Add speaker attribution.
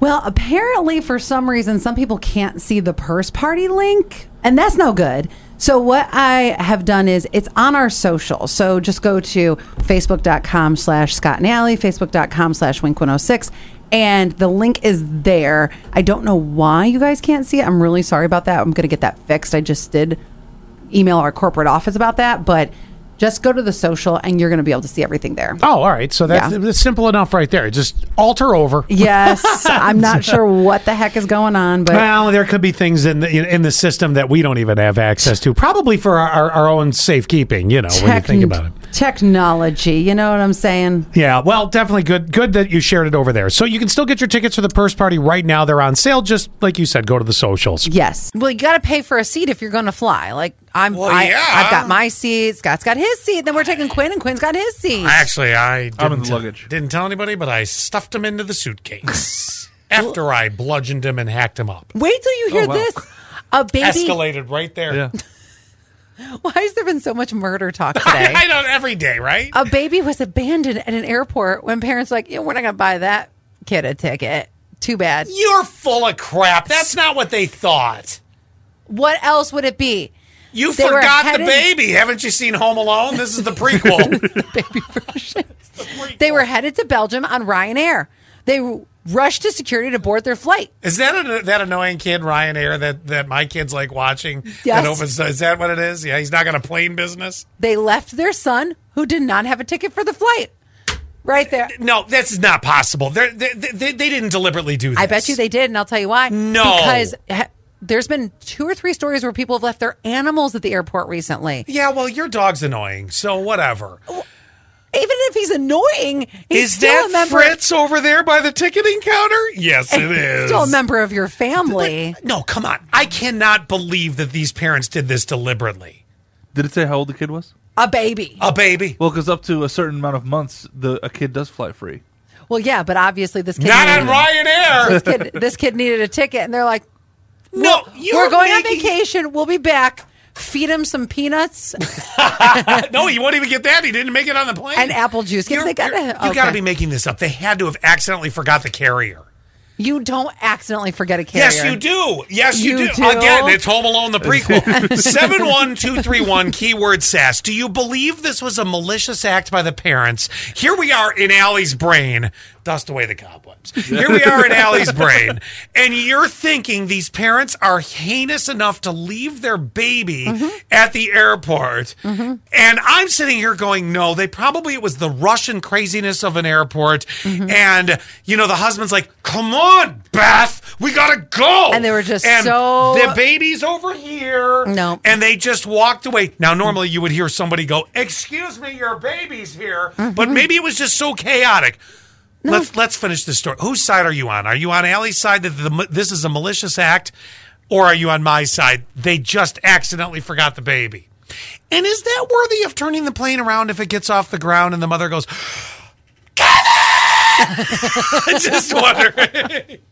Speaker 1: Well, apparently, for some reason, some people can't see the purse party link, and that's no good. So, what I have done is it's on our social. So, just go to facebook.com slash Scott and Alley, facebook.com slash Wink 106, and the link is there. I don't know why you guys can't see it. I'm really sorry about that. I'm going to get that fixed. I just did email our corporate office about that, but just go to the social and you're going to be able to see everything there.
Speaker 2: Oh, all right. So that's,
Speaker 1: Yeah.
Speaker 2: that's simple enough right there. Just alter over.
Speaker 1: Yes, I'm not sure what the heck is going on, but
Speaker 2: Well, there could be things in the in, in the system that we don't even have access to, probably for our, our, our own safekeeping. You know, when you
Speaker 1: techn-
Speaker 2: think about it.
Speaker 1: technology, you know what I'm saying?
Speaker 2: Yeah, well, definitely good. Good that you shared it over there. So you can still get your tickets for the purse party right now. They're on sale. Just like you said, go to the socials.
Speaker 1: Yes. Well, you got to pay for a seat if you're going to fly. Like I'm,
Speaker 3: Well,
Speaker 1: I,
Speaker 3: yeah.
Speaker 1: I've got my seat. Scott's got his seat. Then we're taking Quinn, and Quinn's got his seat.
Speaker 2: Actually, I didn't,
Speaker 3: I'm in the luggage.
Speaker 2: didn't tell anybody, but I stuffed them into the suitcase after I bludgeoned him and hacked him up.
Speaker 1: Wait till you hear
Speaker 3: wow.
Speaker 1: this. A baby.
Speaker 2: Escalated right there.
Speaker 3: Yeah.
Speaker 1: Why has there been so much murder talk today?
Speaker 2: I don't every day, right?
Speaker 1: a baby was abandoned at an airport when parents were like, yeah, we're not going to buy that kid a ticket. Too bad.
Speaker 2: You're full of crap. That's not what they thought.
Speaker 1: What else would it be?
Speaker 2: You
Speaker 1: They were
Speaker 2: forgot the
Speaker 1: headed-
Speaker 2: baby. Haven't you seen Home Alone? This is the prequel.
Speaker 1: baby version. they were headed to Belgium on Ryanair. They rushed to security to board their flight.
Speaker 2: is that a, that annoying kid Ryanair that that my kids like watching?
Speaker 1: Yes.
Speaker 2: That opens. Is that what it is? Yeah, he's not going to plane business.
Speaker 1: They left their son, who did not have a ticket for the flight, right there.
Speaker 2: No, this is not possible. They're, they, they they didn't deliberately do this.
Speaker 1: I bet you they did, and I'll tell you why.
Speaker 2: No.
Speaker 1: Because ha- there's been two or three stories where people have left their animals at the airport recently. Even
Speaker 2: Yeah, well, your dog's annoying, so whatever.
Speaker 1: if he's annoying, he's
Speaker 2: is
Speaker 1: still
Speaker 2: that
Speaker 1: a member.
Speaker 2: Fritz over there by the ticketing counter? Yes, it is.
Speaker 1: Still a member of your family.
Speaker 2: But- no, come on. I cannot believe that these parents did this deliberately.
Speaker 3: Did it say how old the kid was?
Speaker 1: A baby.
Speaker 2: A baby.
Speaker 3: Well, because up to a certain amount of months, the a kid does fly free.
Speaker 1: Well, yeah, but obviously this kid
Speaker 2: Not on
Speaker 1: needed,
Speaker 2: Ryanair.
Speaker 1: this kid this kid needed a ticket, and they're like,
Speaker 2: no,
Speaker 1: We're
Speaker 2: you're
Speaker 1: going on
Speaker 2: making-
Speaker 1: vacation. We'll be back. Feed him some peanuts
Speaker 2: No, you won't even get that. He didn't make it on the plane.
Speaker 1: and apple juice. 'Cause
Speaker 2: You're-
Speaker 1: they gotta,
Speaker 2: you're- you
Speaker 1: okay.
Speaker 2: got to be making this up. They had to have accidentally forgot the carrier.
Speaker 1: You don't accidentally forget a carrier.
Speaker 2: Yes, you do. Yes, you,
Speaker 1: You
Speaker 2: do.
Speaker 1: do?
Speaker 2: Again, it's Home Alone the prequel. 71231 keyword sass. Do you believe this was a malicious act by the parents? Here we are in Allie's brain. Dust away the cobwebs. Here we are in Allie's brain. And you're thinking these parents are heinous enough to leave their baby
Speaker 1: Mm-hmm.
Speaker 2: at the airport. And I'm sitting here going, no, they probably, it was the Russian craziness of an airport.
Speaker 1: Mm-hmm.
Speaker 2: And, you know, the husband's like, come on, Beth, we got to go.
Speaker 1: And they were just so-
Speaker 2: Oh, The baby's over here.
Speaker 1: No.
Speaker 2: And they just walked away. Now, normally you would hear somebody go, excuse me, your baby's here. But
Speaker 1: Mm-hmm.
Speaker 2: maybe it was just so chaotic. Let's let's finish this story. Whose side are you on? Are you on Allie's side that the, this is a malicious act, or are you on my side? They just accidentally forgot the baby. And is that worthy of turning the plane around if it gets off the ground and the mother goes, Kevin? I just wonder.